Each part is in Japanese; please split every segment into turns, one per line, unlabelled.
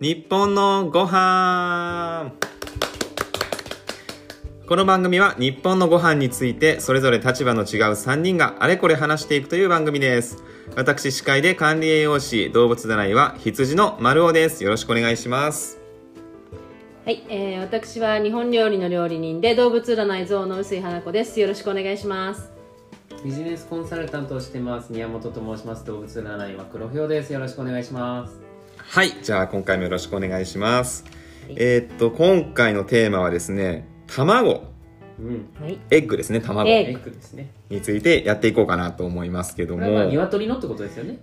日本のご飯この番組は日本のご飯についてそれぞれ立場の違う3人があれこれ話していくという番組です私司会で管理栄養士動物占いは羊の丸尾ですよろしくお願いします
はい、えー、私は日本料理の料理人で動物占い象の薄井花子です。よろしくお願いします。
ビジネスコンサルタントをしてます宮本と申します動物占いは黒ひょうですよろしくお願いします
はいじゃあ今回もよろしくお願いしますえーっと今回のテーマはですね卵
うん
はい、
エッグですね卵
エ
エッグですね
についてやっていこうかなと思いますけど
こ
も
れは鶏のってことですよね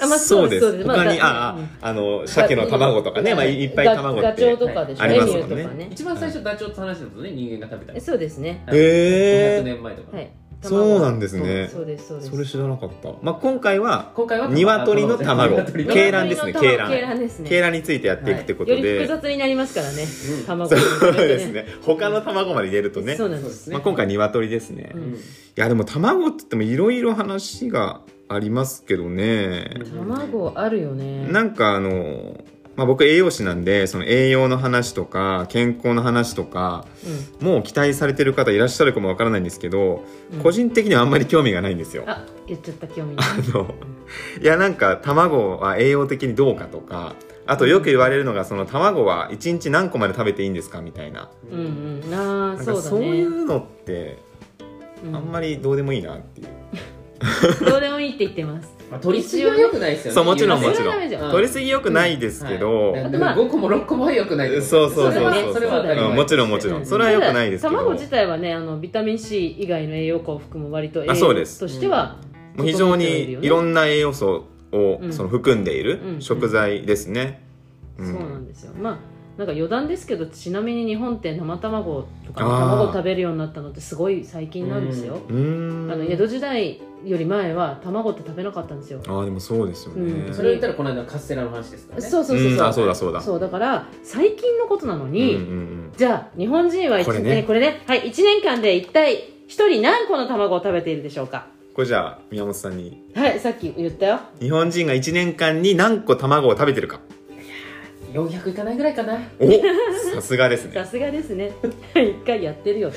あまあ
そうです
そうですそうです
他に、
まあ
あ、ああの鮭の卵とかね、まあ、いいっぱい卵って
ガガチョウとかでしょ、
あ
エ
り
ミ
ますも
ュ
ん
ーと
ね
かね。
一番最初ダチョウと話してたことね人間が食べた
えそうですね。
へえ
500年前とか、
はい。
そうなんですね
そうそうですそうです。
それ知らなかった、まあ、今回は
今回は
鶏の卵
鶏の
鶏卵ですね鶏卵
鶏卵ですね。
鶏卵についてやっていくってこと
より
で、
複雑になりますからね
う。ん
卵。
そうです。 ね他の卵まで入れるとね
そうなんです。
まあ、今回鶏ですね、
うん
い
うん
やでも卵って言ってもいろいろ話がありますけどね、
卵あるよね。
なんかあの、まあ、僕栄養士なんでその栄養の話とか健康の話とかもう期待されてる方いらっしゃるかもわからないんですけど、
うん
個人的にはあんまり興味がないんですよ。あ
あ、言っちゃった興味
のいやなんか卵は栄養的にどうかとかあとよく言われるのがその卵は1日何個まで食べていいんですかみたいな
うんうん。あ
な
あ、
ん
そ
か
うだね。
そういうのってあんま
り
りどうでもいいなっていう、
どうでもいいって言ってます。
まあ、取りすぎは良くないですよね
そうもちろん
そ
も
れ
ちろ
は
ん
ダメじゃん。
取りすぎよくないですけど、
はい
あとまあ
5個も6個も良くないです
そうそうそうそう
それはねそれは当たり前
うんもちろんもちろんそれは良くないですけど
ただ卵自体はねあのビタミン C 以外の栄養価を含む割と栄養
あそうです
としては、
もう非常にいろ
な、
んな栄養素を
うん
その含んでい
うんう
る
ん
食材ですね。うん
そうなんですよまあなんか余談ですけどちなみに日本って生卵とか
あー
卵を食べるようになったのってすごい最近なんですよ、
うーん
あの江戸時代より前は卵って食べなかったんですよ、
あーでもそうですよね。
うん
それを言ったらこの間のカステラの話ですからね
そうそうそうそう,、
んあそうだそうだ。
そうだから最近のことなのに、
うんうんうん
じゃあ日本人は一
これね
これねはい、1年間で一体一人何個の卵を食べているでしょうか
これじゃあ宮本さんに
はいさっき言ったよ
日本人が1年間に何個卵を食べてるか
400いかないぐらいかな
おさすがです
さ
ね
すがで すね一回やってるよ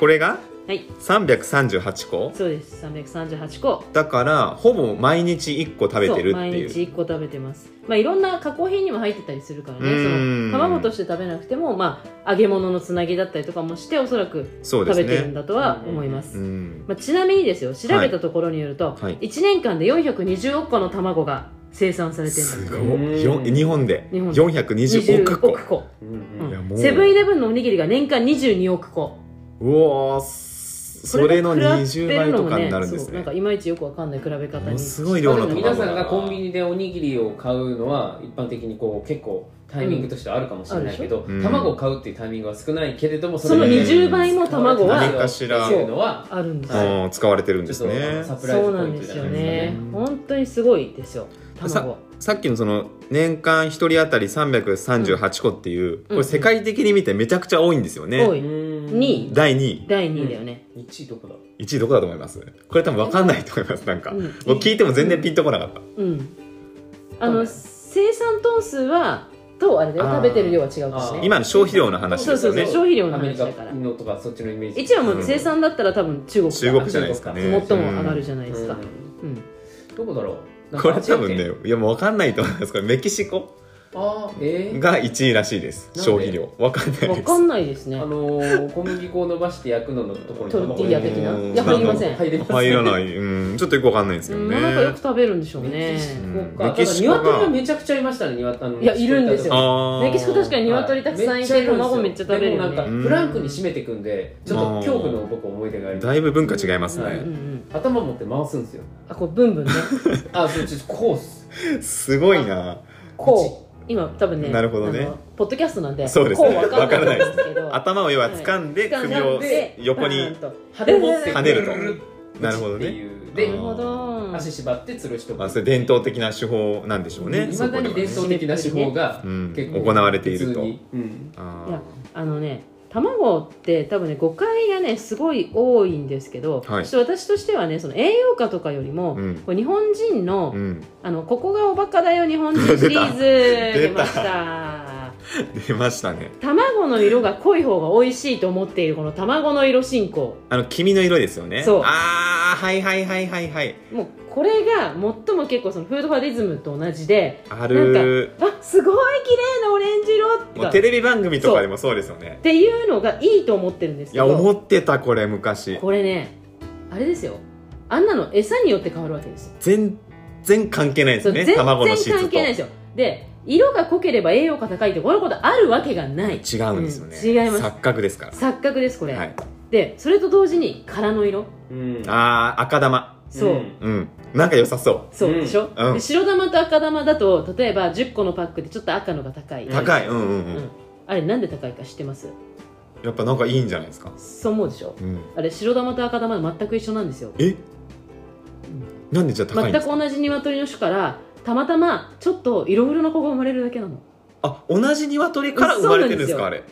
これが
はい
338個
そうです338個
だからほぼ毎日1個食べてるって
そう毎日
いう
1個食べてますまあいろんな加工品にも入ってたりするから
う
ね
ーん
その卵として食べなくてもまあ揚げ物のつなぎだったりとかもしておそらく
そうです
食べてるん
ね
だとは思います、
うん
まあ、ちなみにですよ調べたところによると、
はい
1年間で420億個の卵が生産されてるんだって
す
い
ごいよん日本で
日本で
420億個
個
うん
うん
いやもう
セブンイレブンのおにぎりが年間22億個
うおーそれの20倍とかになるんです
そうなん
ね
かいまいちよくわかんない比べ方
も
に
のすごい量
まあで
の
も
卵
皆さんがコンビニでおにぎりを買うのは一般的にこう結構タイミングとしてはあるかもしれないけど、
うん
卵を買うっていうタイミングは少ないけれども
その
二
20倍の卵
は
は
何かしら
っていうのは
あるんです
は
よ
い
うん使われてるん
ち
で
ょっ
す
と
ね
サプラ
そ
イズ
う
ポ
な
イ
ん
ント
で
じゃ
す
な
よ
いですか
ね
ね。
本当にすごいですよ
さ
卵
さっきのその年間1人当たり338個っていう、これ世界的に見てめちゃくちゃ多いんですよね、
多
う
い
ん
に
第2
第2位だよね、
位1位どこだ
位1位どこだと思いますこれ多分分かんないと思いますなんか、
うん
僕聞いても全然ピンとこなかった、
うんあの生産トン数はとあれだよ
あー
食べてる量は違うから
あ
ね
ー
今の消費量の話
そう
で
そ
すよ
うそう
ね
消費量の
アメリ
話
カ
だから
のとかそっちのイメージ
一はも
う
うん生産だったら多分中国が
中国じゃないですかね
最も上がるじゃないですか、
うん
うん
どこだろうなん
こ
か
れ多分
アジア圏
ねいやもう分かんないと思いますこれメキシコ
あーえー
が1位らしいです
なんで
消費量分かんない
わ
です
かんないですね
あのー、小麦粉を伸ばして焼くののところに
トルティーヤ的な
うん
いや入りません、
入りません
入らないうんちょっとよく分かんないんですけ
う
ど
ん
ね、
まあなんかよく食べるんでしょう
メ
ね
キシコ
うん
か。
メキシコが
だから鶏がめちゃくちゃいましたね、鶏あの
いやいるんですよ
あー
メキシコ確かに鶏たくさんいて
は
卵めっちゃ食べる
でも
よ
なんか
ね
フランクに締めていくんで、ちょっと恐怖の僕思い出があります。
だいぶ文化違います
うんう
ね、
ん
頭持って回すんですよ。
あこうブンブンね
あ、そうちょっとコース。
すごいな
こう今多分ね
なるほどね
あのポッドキャストなんで
そうですね
こうわかんないと思うんですけど
頭を要は掴んで首を横
バーン
に
と
羽持って
跳ねると
ぐるる
なるほど
って
ね
いう
なる
で、
ほど
足縛って吊るしと
まあ、
く。
それ伝統的な手法なんでしょうね
い
そ
ま
こ
だ
では
に
ね
伝統的な手法が
うん
結
行
構
われていると
普通にうん
あ
いやあのね卵って多分ね誤解がねすごい多いんですけど、
はい
ちょっと私としてはねその栄養価とかよりも、
うん
こう日本人の,、
うん、
あの「ここがおバカだよ日本人」シリーズ
出た
出ました。
出ましたね
卵の色が濃い方が美味しいと思っているこの卵の色進行
あの黄身の色ですよね
そう
ああはいはいはいはいはい
もうこれが最も結構そのフードファディズムと同じで
あ
なん
る
あすごい綺麗なオレンジ色と
も
か
う
っ
テレビ番組とかでもそうですよね
ていうのがいいと思ってるんです
い
け
や
ど
思ってたこれ昔
これねあれですよあんなの餌によって変わるわけですよ
全然関係ないです
そう
ね
全然
卵の質と
関係ないですよで色が濃ければ栄養価高いってこういうことあるわけがない
違うんですよね、
うん違います
錯覚ですから
錯覚ですこれ、
はい
でそれと同時に殻の色
うん
あー赤玉
そう、
ん
うんなんか良さそ
そう
うん
でしょ、
うん
で白玉と赤玉だと例えば10個のパックでちょっと赤のが高い、
う
うん
高いうんうんうん、
うんあれなんで高いか知ってます
やっぱなんかいいんじゃないですか
そう思うでしょ
うん
あれ白玉と赤玉で全く一緒なんですよ
えなんでじゃあ高いん
全
で
く
すか
同じ鶏の種からたまたまちょっと色黒の子が生まれるだけなの
あ同じ鶏から生まれてるんです
そう
か
な
あれ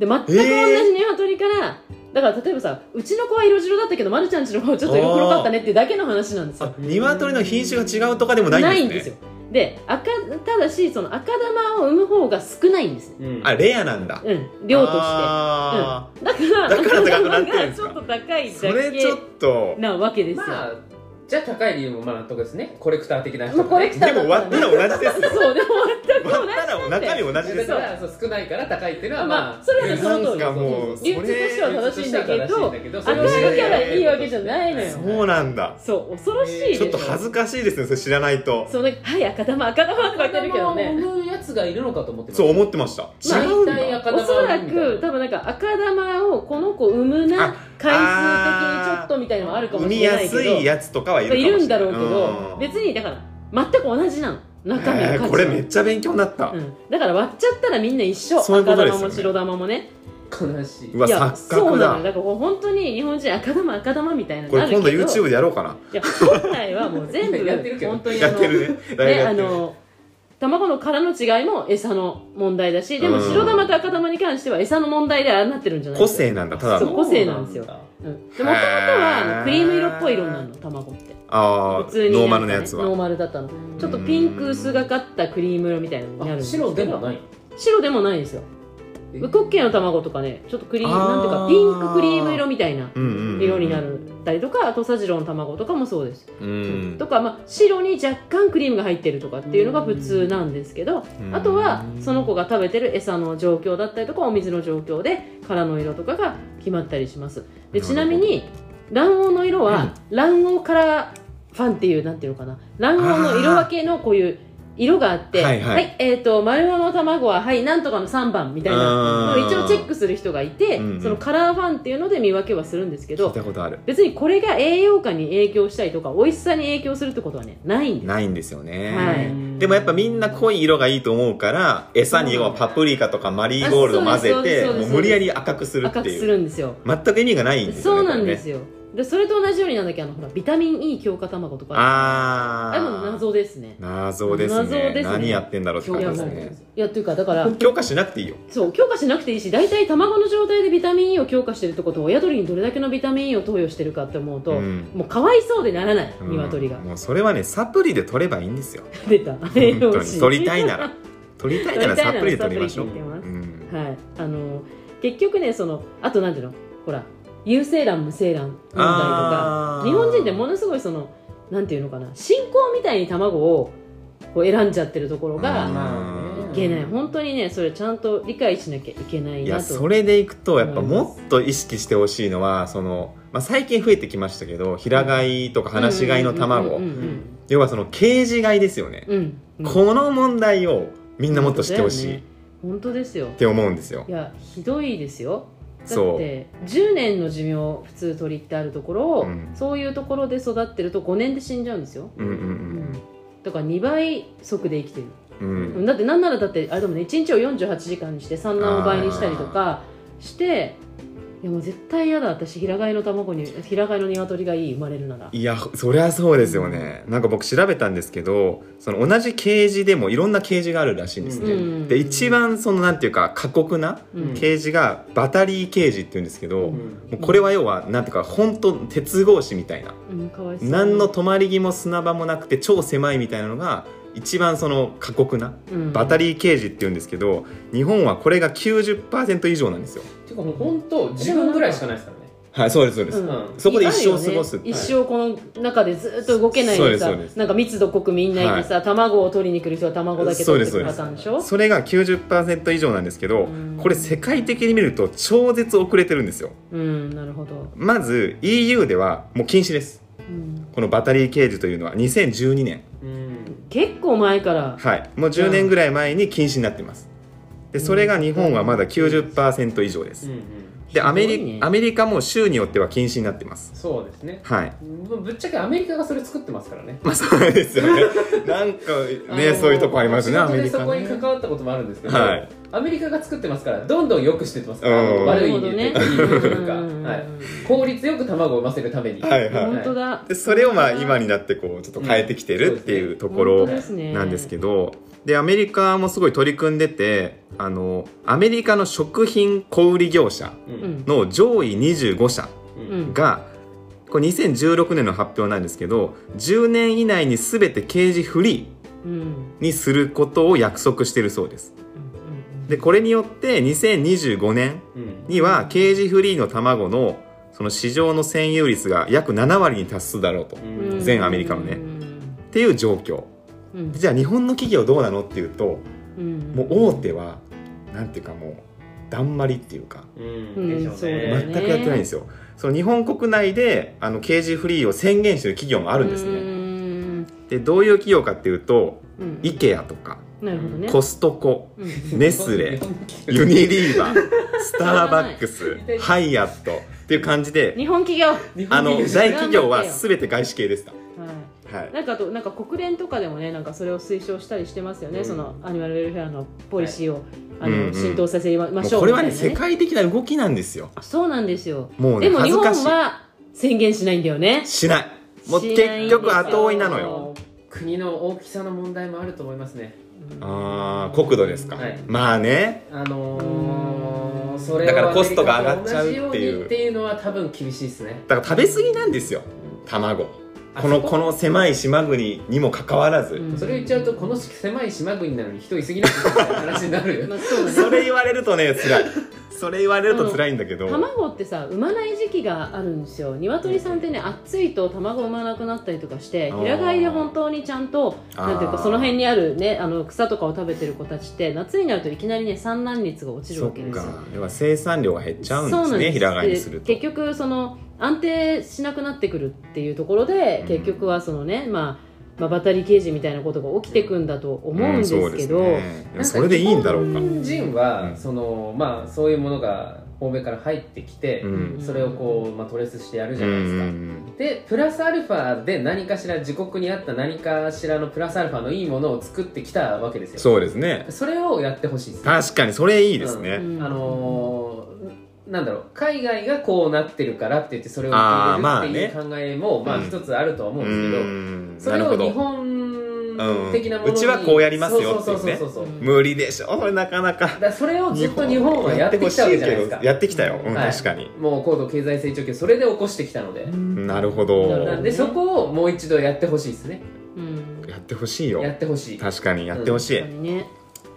で全く同じ鶏から、だから例えばさうちの子は色白だったけどまるちゃんちの子はちょっと色黒かったねっていうだけの話なんですよ
あ鶏の品種が違うとかでもないんですね
よで赤ただしその赤玉を産む方が少ないんですね
うん
あレアなんだ
うん量として
あ
だから
だから高くなってるんです
がち
か
ょっと高い
ーそれちょっ
だ
と
けなわけですよ、
まあじゃあ高い理由もまあ納得ですねコレクター的な人
もうコ
が
レ
ね
クタ
で
ーだ
も
っ
終
た
わ
ら
っ
ね
たら同じですよ
そうでも全く
終わ
同
っ
じ
たら
なん
中
で
身同じです
だ
よ
からそう少ないから高いっていうのは
ま
ま
あ
あ
それは
な
ねその通
ん
り
かもうそ
理由として
れ
は正しいんだけど
理由としては正しいんだけど
赤だからいいわけじゃないのよ
そうなんだ
そう恐ろしいでし
ちょっと恥ずかしいですねそれ知らないと
そうねはい赤玉赤玉とか言ってるけどね
産むやつがいるのかと思って
そう思ってました
まあ
違うんだ
大体赤
お
玉
そら
みたい
く多分なんか赤玉をこの子産む
あ
な回数的にちょっとみたいのもあるか
産
もし
み
れな
や
いけど
すいやつとかはいるかも
い
しれない
るんだろうけ
う
ど
ん
別にだから全く同じなの中身の
え
価値
ー
は
これめっちゃ勉強になった
う、ん、だから割っちゃったらみんな一緒
そういうこと
赤
ですよ
玉
ね
も白玉もね
う悲しいう
わ
いや
錯
そう
覚
な
だ
のよだからこう本当に日本人赤玉赤玉みたいな
こ
のあ
れ
るけど
今度 YouTube でやろうかな
で本来はもう全部
やってるけど
本当にあ
や
の
ってるねだいぶ
ね
や
あ
ってる
の卵の殻の違いも餌の問題だしでも
うん
白玉と赤玉に関しては餌の問題でああなってるんじゃない
個性なんだただ
そ
の
う個性なんですよもともと
へー
はあのクリーム色っぽい色になるの卵って
ああ
普通に
ノーマル
な
なん
かね
やつ
ノー
は
マルだったのちょっとピンク薄がかったクリーム色みたいなのになるん
あ
ですけど
白でもない
白でもないですよ
え
ウコッケイの卵とかねちょっとクリーム
あー
なんていうかピンククリーム色みたいな
うんうんうん
色になるったりとかあとサジロの卵とかもそうです
うん
とか、まあ、白に若干クリームが入ってるとかっていうのが普通なんですけど
うん
あとはその子が食べてる餌の状況だったりとかお水の状況で殻の色とかが決まったりしますでちなみに卵黄の色は卵黄からファンっていうなんていうのかな卵黄の色分けのこういう色があって
はいはい
えっ、と丸和の卵ははいなんとかの3番みたいな
うん
のを一応チェックする人がいて、
うんうん
そのカラーファンっていうので見分けはするんですけ
聞い
ど
たことある
別にこれが栄養価に影響したりとか美味しさに影響するってことはねないんです
ないんですよね、
はい
でもやっぱみんな濃い色がいいと思うから餌に要はパプリカとかマリーゴールド混ぜて
あそうですそうです
もう無理やり赤くするって
赤くす
いう
るんですよ
全く意味がないんですよ
そ
ね
うなんで
よ
すよでそれと同じようになんだっけあのほらビタミン E 強化卵とか
あ
あ
ー
れも謎ですね
謎ですね
謎ですね
何やってんだろうって感
強
じ
化
です
されてるん
ね
ですよ
いやというかだから
強化しなくていいよ
そう強化しなくていいし大体卵の状態でビタミン E を強化してるってことは親鳥にどれだけのビタミン E を投与してるかって思うと、
うん
もうかわいそうでならない
うん
鶏が、
もうそれはねサプリで取ればいいんですよ
出た
本当 に取りたいなら取りたいならサプリで取り
取り
ま
ま
し
し
ょ
ょ
う
う、
うん、
はいあの結局ねそのあとなんていうのほら有精卵無精卵問題とか
あー
日本人ってものすごいそのなんていうのかな信仰みたいに卵をこう選んじゃってるところが、
うん
いけない本当にねそれちゃんと理解しなきゃいけない
いや
なと
それでいくとやっぱ
思います
もっと意識してほしいのはその、まあ、最近増えてきましたけど平飼いとか放し飼いの
う
卵
ん
要はそのケージ飼いですよね、
うんうんうん
この問題をみんなもっと知ってほし
そうだ
いっ
よね本当ですよ
て思うんですよ
いやひどいですよだっ
そう
て10年の寿命普通鳥ってあるところを、
うん
そういうところで育ってると5年で死んじゃうんですよ、
うんうん
だから2倍速で生きてる、
うんうん
だってなんならだってあれでもね1日を48時間にして産卵を倍にしたりとかしていやもう絶対嫌だ私平飼いの卵に平飼いの鶏がいい生まれるなら
いやそりゃそうですよね、なんか僕調べたんですけどその同じケージでもいろんなケージがあるらしいんですね、
うん
で一番そのなんていうか過酷な
うん
ケージがバタリーケージっていうんですけど、
うん
もうこれは要はなんていうか本当鉄格子みたいな
うんかわいそう
何の泊まり木も砂場もなくて超狭いみたいなのが一番その過酷な
うん
バタリーケージっていうんですけど日本はこれが90%以上なんですよ
ていうかもう本当10分ぐらいしかないですからね
はいそうですそうです、
うん
そこで一生過ごす
いあるよね一生この中でずっと動けないで
そう
さ
ですそうです
なんか密度濃くみんないてさ、卵を取りに来る人は卵だけ取ってくるパターンでしょ
それが90%以上なんですけど
うん
これ世界的に見ると超絶遅れてるんですよ
うんなるほど、
まず EU ではもう禁止です
うん
このバタリーケージというのは2012年
うん
結構前から
はいもう10年ぐらい前に禁止になってますでそれが日本はまだ90%以上で
う
す
んうん
でアメ
すごい
リ
ね
アメリカも州によっては禁止になってます
そうですね
はい
ぶぶっちゃけアメリカがそれ作ってますからね
まあそうですよねなんかね
あの
そういうとこありますねアメリ
仕
カ
事でそこに
ね
関わったこともあるんですけど、
はい
アメリカが作ってますからどんどん良くしてってますから、
うん
悪い意
なるほ
味で
どね
いい意味と いうか、
うんうんうん
はい、効率よく卵を産ませるために、
はいはい
本当だ
でそれをまあ今になってこうちょっと変えてきてるっていうところ
本当ですね
なんですけどでアメリカもすごい取り組んでてあのアメリカの食品小売業者
う
うんん
の上位25社
うん
うん
がこれ2016年の発表なんですけど10年以内に全てケージフリ
うんうん
ーにすることを約束してるそうです
うん
でこれによって2025年
うん
にはケージフリーの卵のその市場の占有率が約7割に達するだろうと、っ
うん
全アメリカのね
うん
ていう状況
うん
じゃあ日本の企業どうなのっていうと
うん
もう大手はなんていうかもうだんまりっていうか
うん
うん
でしょうね
そうだよ
全
ね
くやってないんですよ、その日本国内であのケージフリーを宣言してる企業もあるんですね、
うん
でどういう企業かっていうと
うん、
IKEA とか
なるほどね
コストコ
うん
ネス レユニリーバスターバックスハイアットっていう感じで
日本企業、は
あの
知らん
大企業は全て外資系でした
い、
はい
なんかあとなんか国連とかでもねなんかそれを推奨したりしてますよね、
うん
そのアニマルウェルフェアのポリシーを、あの
うんうん
浸透させま
もう
しょう
これはね
みたい
世
な
界的な動きなんですよ
そうなんですよ
もうね
でも
恥
日
ず
本
かしい
は宣言しないんだよね
しないもう
しない
結局後追いなの
んです
よ
国の大きさの問題もあると思いますね
あー国土ですか、
はい
まあね
あのー、それ
だから
を
コストが上がっちゃうっていう
アメリカと同じよにっていうのは多分厳しいですね
だから食べ過ぎなんですよ卵このこの狭い島国にもかかわらず、
うん
それ言っちゃうとこの狭い島国なのに人いすぎないみたいな話になるよ
まあそうだ
そ
ね
れ言われるとね 辛いそれ言われると辛いんだけど
卵ってさ産まない時期があるんですよ鶏さんってね暑いと卵産まなくなったりとかして
あー
平飼いで本当にちゃんと
あー
なんていうかその辺にあるねあの草とかを食べてる子たちって夏になるといきなりね産卵率が落ちる
そ
わ
っ
けですよ
か要は生産量が減っちゃうんです
そう
ね
なん
平飼いにすると
結局その安定しなくなってくるっていうところで、
うん
結局はそのね、まあ、まあバタリー刑事みたいなことが起きてくんだと思うんです
う
けど、
そうですねでもそれでいいんだろうか
な
日本人は、
うん
そのまあそういうものが欧米から入ってきて、
うん
それをこう、まあ、トレースしてや
う
る
ん
じゃないですか、でプラスアルファで何かしら自国にあった何かしらのプラスアルファのいいものを作ってきたわけですよ
そうですね
それをやってほしいですね
確かにそれいいですね、
うん
あのーなんだろう海外がこうなってるからって言ってそれを受
あーまあ
け入れ
ね
るっていう考えもまあ
うん
一つあるとは思
う
うんんですけど、そ
な
れ
るほ
を日
ど
本的なものに、
うんうちはこうやりますよっていうね
そうそうそうそうそう
うん
無理でしょこれなかなか
だからそれをずっと日本はやってきたわけじゃないです
やってほしいけ
か
どやってきたよ、うん
はい
確かに
もう高度経済成長期をそれで起こしてきたので、
なるほど
なるほ
な
ど
んでそこをもう一度やってほしいですね
うん
やってほしいよ
やってほしい
確かにやってほしい、
確かにね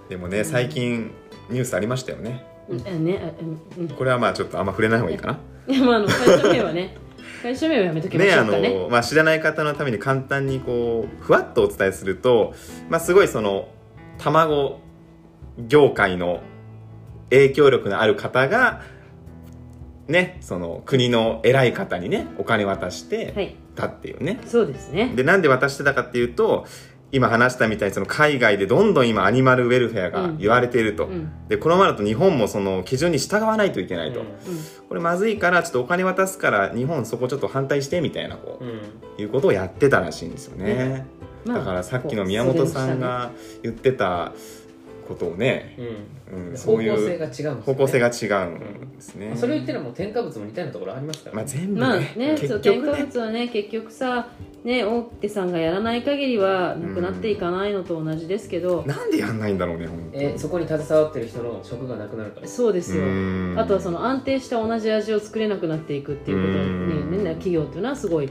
でもね最近ニュースありましたよね
うんあねあうんうん
これはまあちょっとあんま触れない方がいいかな、
いやまああの会社名 はね会社名はやめときま
ね
しょ
あ
うかね
のまあ、知らない方のために簡単にこうふわっとお伝えすると、まあ、すごいその卵業界の影響力のある方が、ね、その国の偉い方にねお金渡して
はい
たっていうね。
そうですね
でなんで渡してたかっていうと今話したみたいにその海外でどんどん今アニマルウェルフェアが言われていると、
うん
でこのままだと日本もその基準に従わないといけないと、
う
これまずいからちょっとお金渡すから日本そこちょっと反対してみたいなこう
うんうん
いうことをやってたらしいんですよね、
んまあ
だからさっきの宮本さんが言ってたことをね、
うん
うん、
方
そう
向
い
性
う
が違うんですよね
方向性が違うんですね。
それを言ってるのも添加物も似たようなところありますから、
まあ、全部ね,、
まあね、そう
結
添
局
加
ね
物はね結局さね大手さんがやらない限りはなくなっていかないのと同じですけど、
なんでやんないんだろうね本当
えそこに携わってる人の職がなくなるから
そうですよ、
うん
あとはその安定した同じ味を作れなくなっていくっていうこと
うん
にね企業っていうのはすごい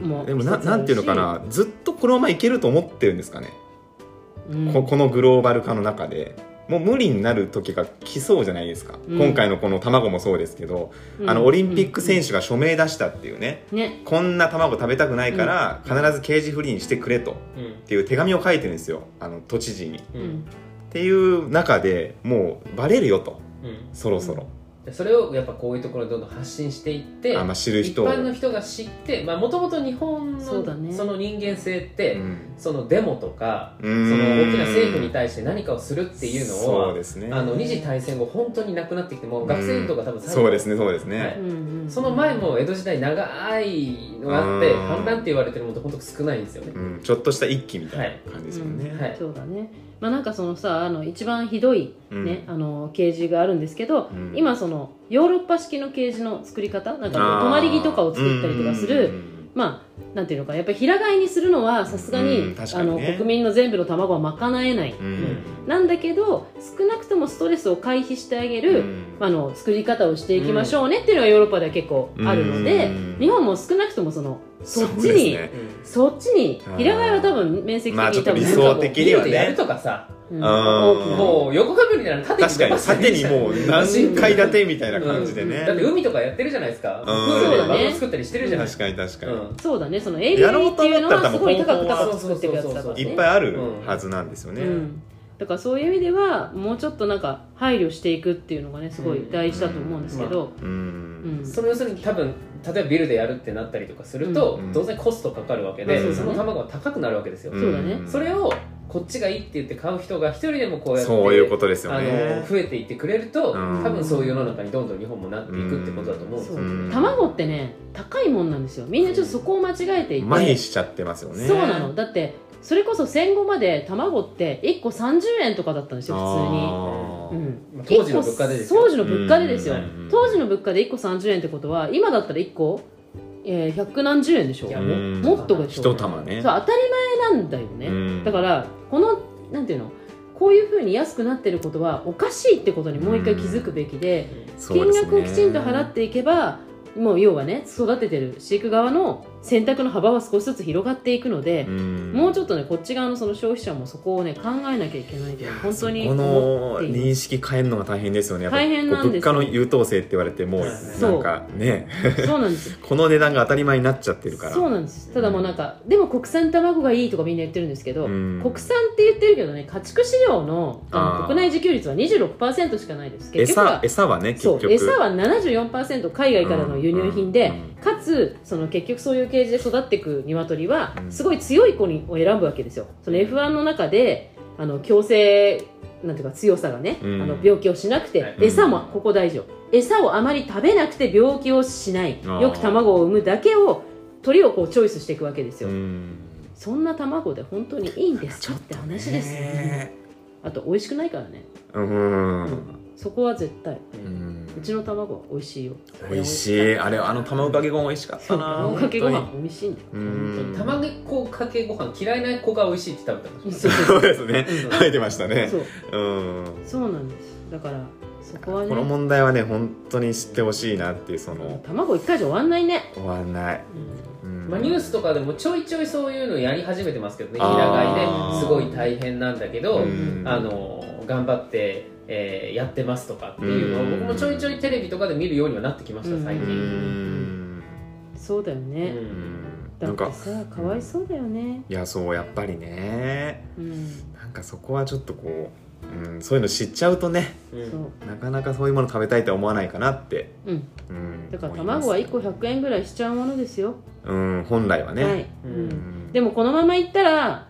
もう
でもな
一つあ
な
る
ん
して
いうのか、なずっとこのままいけると思ってるんですかね、
うん
ここのグローバル化の中でもう無理になる時が来そうじゃないですか、
うん
今回のこの卵もそうですけど、
うん
あのオリンピック選手が署名出したっていうね、
うんね
こんな卵食べたくないから
うん
必ずケージフリーにしてくれと
うん
っていう手紙を書いてるんですよあの都知事に。っ
う
うんん
ていう中でもうバレるよと
うん
そろそろ、
でそれをやっぱこういうところでどんどん発信していって
あまあ、知る
一
人を
般の人が知ってもともと日本の
そうだね
の人間性って、
うん
そのデモとか
そ
その大きな政府に対して何かをするっていうのを
そうですね
あの二次大戦後本当になくなってきてもう学生運動が多分最後
そうですねそうですね、
はい
うんうん
その前も江戸時代長いのがあって
うん
反乱って言われてるものって本当少ないんですよね、
うん、ちょっとした一気みたいな感じですよね、
うん
はい
そうだねまあなんかそのさあの一番ひどい
うん
ね、あのケージがあるんですけど、
うん
今そのヨーロッパ式のケージの作り方なんかこう泊まり木とかを作ったりとかする、まあなんていうのかやっぱり平飼いにするのはさすがに,、
うん確か
あ
に
の
ね
国民の全部の卵は賄えない、
うん
なんだけど少なくともストレスを回避してあげる、あの作り方をしていきましょうねっていうのがヨーロッパでは結構あるので、
うん
日本も少なくともそのそっち
そうです
に
ね
うん
そっちに
あー
平飼いは多分面積的
まあちょ
に
っと
多分、
理想的にはね
なんかもうビルでやるとかさ、
うん
あー
大きな
もう横壁みたいなの縦に
確かに縦にもう何階建てみたいな感じでね、
うんだって海とかやってるじゃないですか、
ん
プールで
そうだ
バ
ね
ブ作ったりしてるじゃないです
確かに確か
か、
に、
うん
そうだねそのエイリアンっていうのはすごい高く高く作っていくやつだからね
いっぱいあるはずなんですよね、
うん、だからそういう意味ではもうちょっとなんか配慮していくっていうのがねすごい大事だと思うんですけど、
うん
うん
その要するに多分例えばビルでやるってなったりとかすると、
うん
当然コストかかるわけで、
うん
その卵は高くなるわけですよ、
ん
そうだね
それをこっちがいいって言って買う人が一人でもこうやって
そういうことですよ
あ
ね
の増えていってくれると、
うん
多分そういう世の中にどんどん日本もなっていくってことだと思うんです
そう
よ、
うん
卵ってね高いもんなんですよみんなちょっとそこを間違えていて、
麻痺しちゃってますよね
そうなのだってそれこそ戦後まで卵って1個30円とかだったんですよ普通に。
あー
うん
まあ当時の物価でですよ
当時の物価でですよ、
うんうんうん
当時の物価で1個30円ってことは今だったら1個、えー、100何十円でしょ
いや
う
も
ん
もっとでしょ
一玉ね
そう当たり前なんだよね、
うん
だからこのなんていうのこういうふうに安くなってることはおかしいってことにもう一回気づくべきで、
そう
金
ですね
額をきちんと払っていけばもう要はね育ててる飼育側の選択の幅は少しずつ広がっていくので、もうちょっとねこっち側のその消費者もそこをね考えなきゃいけないという本当に
こ
思
の
っています
認識変えるのが大変ですよねやっぱ
大変なんですよ
物価の優等生って言われてもう
そう
なんかね
そうなんですよ
この値段が当たり前になっちゃってるから
そうなんですただもうなんかでも国産卵がいいとかみんな言ってるんですけど、
うん
国産って言ってるけどね家畜飼料のあ
あー
の国内自給率は26%しかないです結局
餌
は
餌はね結
そう
局
餌は74%海外からの輸入品で、
うんうん
かつその結局そういうケージで育っていく鶏は
うん
すごい強い子にを選ぶわけですよその F1 の中であの強制なんていうか強さがね、
うん
あの病気をしなくて、
はい
餌もここ大事よ餌をあまり食べなくて病気をしない
あー
よく卵を産むだけを鳥をこうチョイスしていくわけですよ、
うん
そんな卵で本当にいいんですかって話ですよね
ね
あと美味しくないからね
うん
そこは絶対
うん
うちの卵は美味しいよ
美味しいあれあの卵かけご飯美味しかっ
そ
た
う
な
卵かけご飯美味しいんだよ
本当にうん
卵かけご飯嫌いな子が美味しいって食べてまし
そう
そうですね
うん
入ってましたね
そう
うん
そうなんですだからそこは
この
ね
問題はね本当に知ってほしいなっていうその
卵一回じゃ終わんないね、
終わんないうん
た、まあ、ニュースとかでもちょいちょいそういうのやり始めてますけどね
あー
平飼いですごい大変なんだけど、
うん
あの頑張って、えーやってますとかっていう
う
のを
ん
僕もちょいちょいテレビとかで見るようにはなってきました最
う
近、
ん
そうだよ
う
ね、
ん
な
だ
ん
って
か
さかわいそうだよね
いやそうやっぱりね
うん、
なんかそこはちょっとこう、うん、そういうの知っちゃうとね
うん
そう
なかなかそういうもの食べたいとは思わないかなって、
うん、
うん、
だから
思います
卵は1個100円ぐらいしちゃうものですよ、
うん本来はね、
はい、う
うん
ん、で
でも
もこのままいったら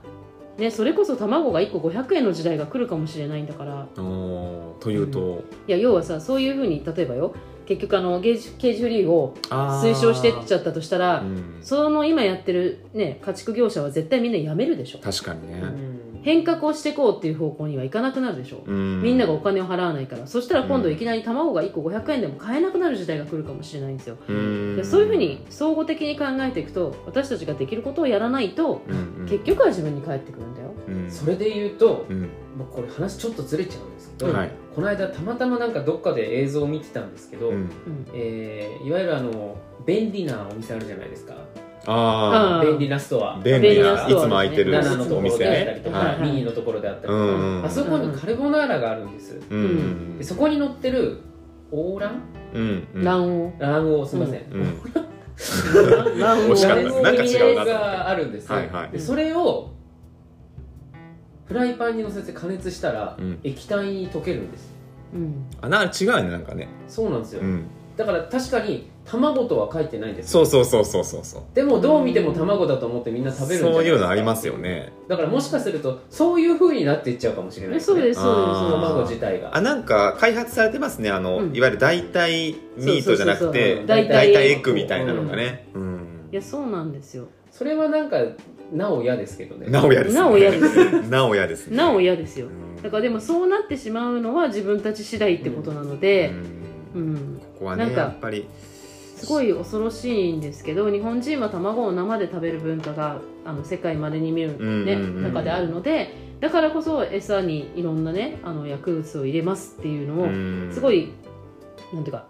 ねそれこそ卵が1個500円の時代が来るかもしれないんだから
というと、
いや要はさそういうふうに例えばよ結局あのゲージケージフリーを
あー
推奨してっちゃったとしたら、
うん
その今やってるね家畜業者は絶対みんなやめるでしょ
確かにね、
うん
変革をしていこうっていう方向にはいかなくなるでしょう、み
み
んながお金を払わないからそしたら今度いきなり卵が1個500円でも買えなくなる時代が来るかもしれないんですよ、でそういうふうに総合的に考えていくと私たちができることをやらないと結局は自分に返ってくるんだよ、
それで言うと、
うん
まあ、これ話ちょっとずれちゃうんですけど、
はい
この間たまたまなんかどっかで映像を見てたんですけど、
うん
うん
えーいわゆるあの便利なお店あるじゃないですか
あ
あ
便利なストア
あ便利ない
便利なストア
つも空いてる
ね
7のと
お
ころ
店
であったり
ね
とか、
は
はい
ミニのところであったりとか、
うんうんうん
あそこにカルボナーラがあるんです
いうん
でそこに乗ってるオーラン
うんうん
卵
卵黄すみません、
うん
黄卵
惜しかった
卵黄
なんか違うなと思って
があるんですよ
はいはい
でそれをフライパンに乗せて加熱したら、
うん
液体に溶けるんです
うん
あなんか違うねなんかね
そうなんですよ、
うん
だから確かに卵とは書いてないんです
そ
よ
うそうそうそうそうそう
でもどう見ても卵だと思ってみんな食べるんじゃな
そう
いで
い
す
う
か
のありますよね
だからもしかするとそういう風になっていっちゃうかもしれない
えそうですすそうです
あ
卵自体が
あなんか開発されてますねあの、
うん
いわゆる代替ミートじゃなく
そうそうそうそ
て
う
代
代替
替エッグみたいなのがね、うん
いやそうなんですよ
それはなんかなお嫌ですけどね
なおやですね
なお嫌です
なおやですね
なお
や
嫌ですよだからでもそうなってしまうのは自分たち次第ってことなの
う
で、うんん
ここはね
なんか
やっぱり
すごい恐ろしいんですけど日本人は卵を生で食べる文化があの世界までに見る、ね
うんうんうん
中であるのでだからこそ餌にいろんなねあの薬物を入れますっていうのを、
うん
すごいなんていうか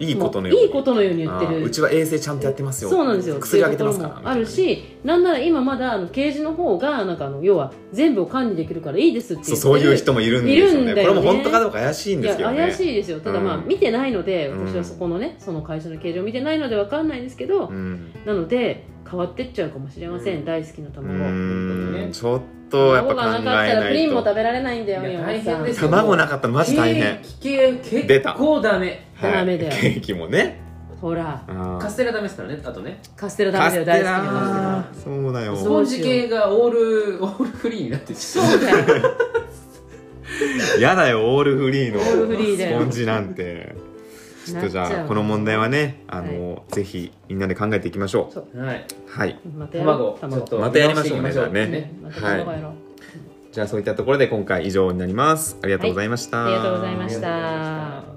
いいことの
も
よ
う
う
い
に
いことのように言って
あー
る
うちは衛生ちゃんとやってますよ
そうなんですよ
薬あげてますか
っていうところも
ら
あるしなんなら今まだあのケージの方がなんかあの要は全部を管理できるからいいですって言って
そう
る
そういう人もいるんですよね
いるんだ
これ
よね
も本当かどうか怪しいん
い
で
や
すけどね
怪
い、
しいですよただ
うん
まあ見てないので
うん
私はそこのねその会社の形状を見てないのでわかんないですけど
うん、
なので変わってっちゃうかもしれません、
うん
大好きな
う
卵
ーん
ね
ちょっとやっぱ
卵
考
がな
え
かったら
な
プリ
い
ンも
と
食べられないんだよ
いや
宮
大
本さ
変
ん
ですよ
卵なかったらマジ大変
ケーキ
出
系
た
結構ダメ
はい
ダメだよ
ケーキもね
ほら
あー
カステラダメですからねあとね
カステラダメだよ大好きなカステ
あ
ラ
ーそうだよ
ス
そ
ポンジ系がオールオールフリーになってちゃう
そうだよ
やだよオールフリーの
オールフリーだ
ス
よ
ポンジなんてちょっとじ
なっち
ゃ
ゃ
あ
う
この問題はねあの、ぜひみんなで考えていきましょ
は
う
い、
はい
またやろ
卵
う
ちょっと
またやりましょうね
見直していきましょ
じゃあね
また卵やろう、
じゃあそういったところで今回以上になりますありがとうございました、
ありがとうございま
あり
し
がとうございました
た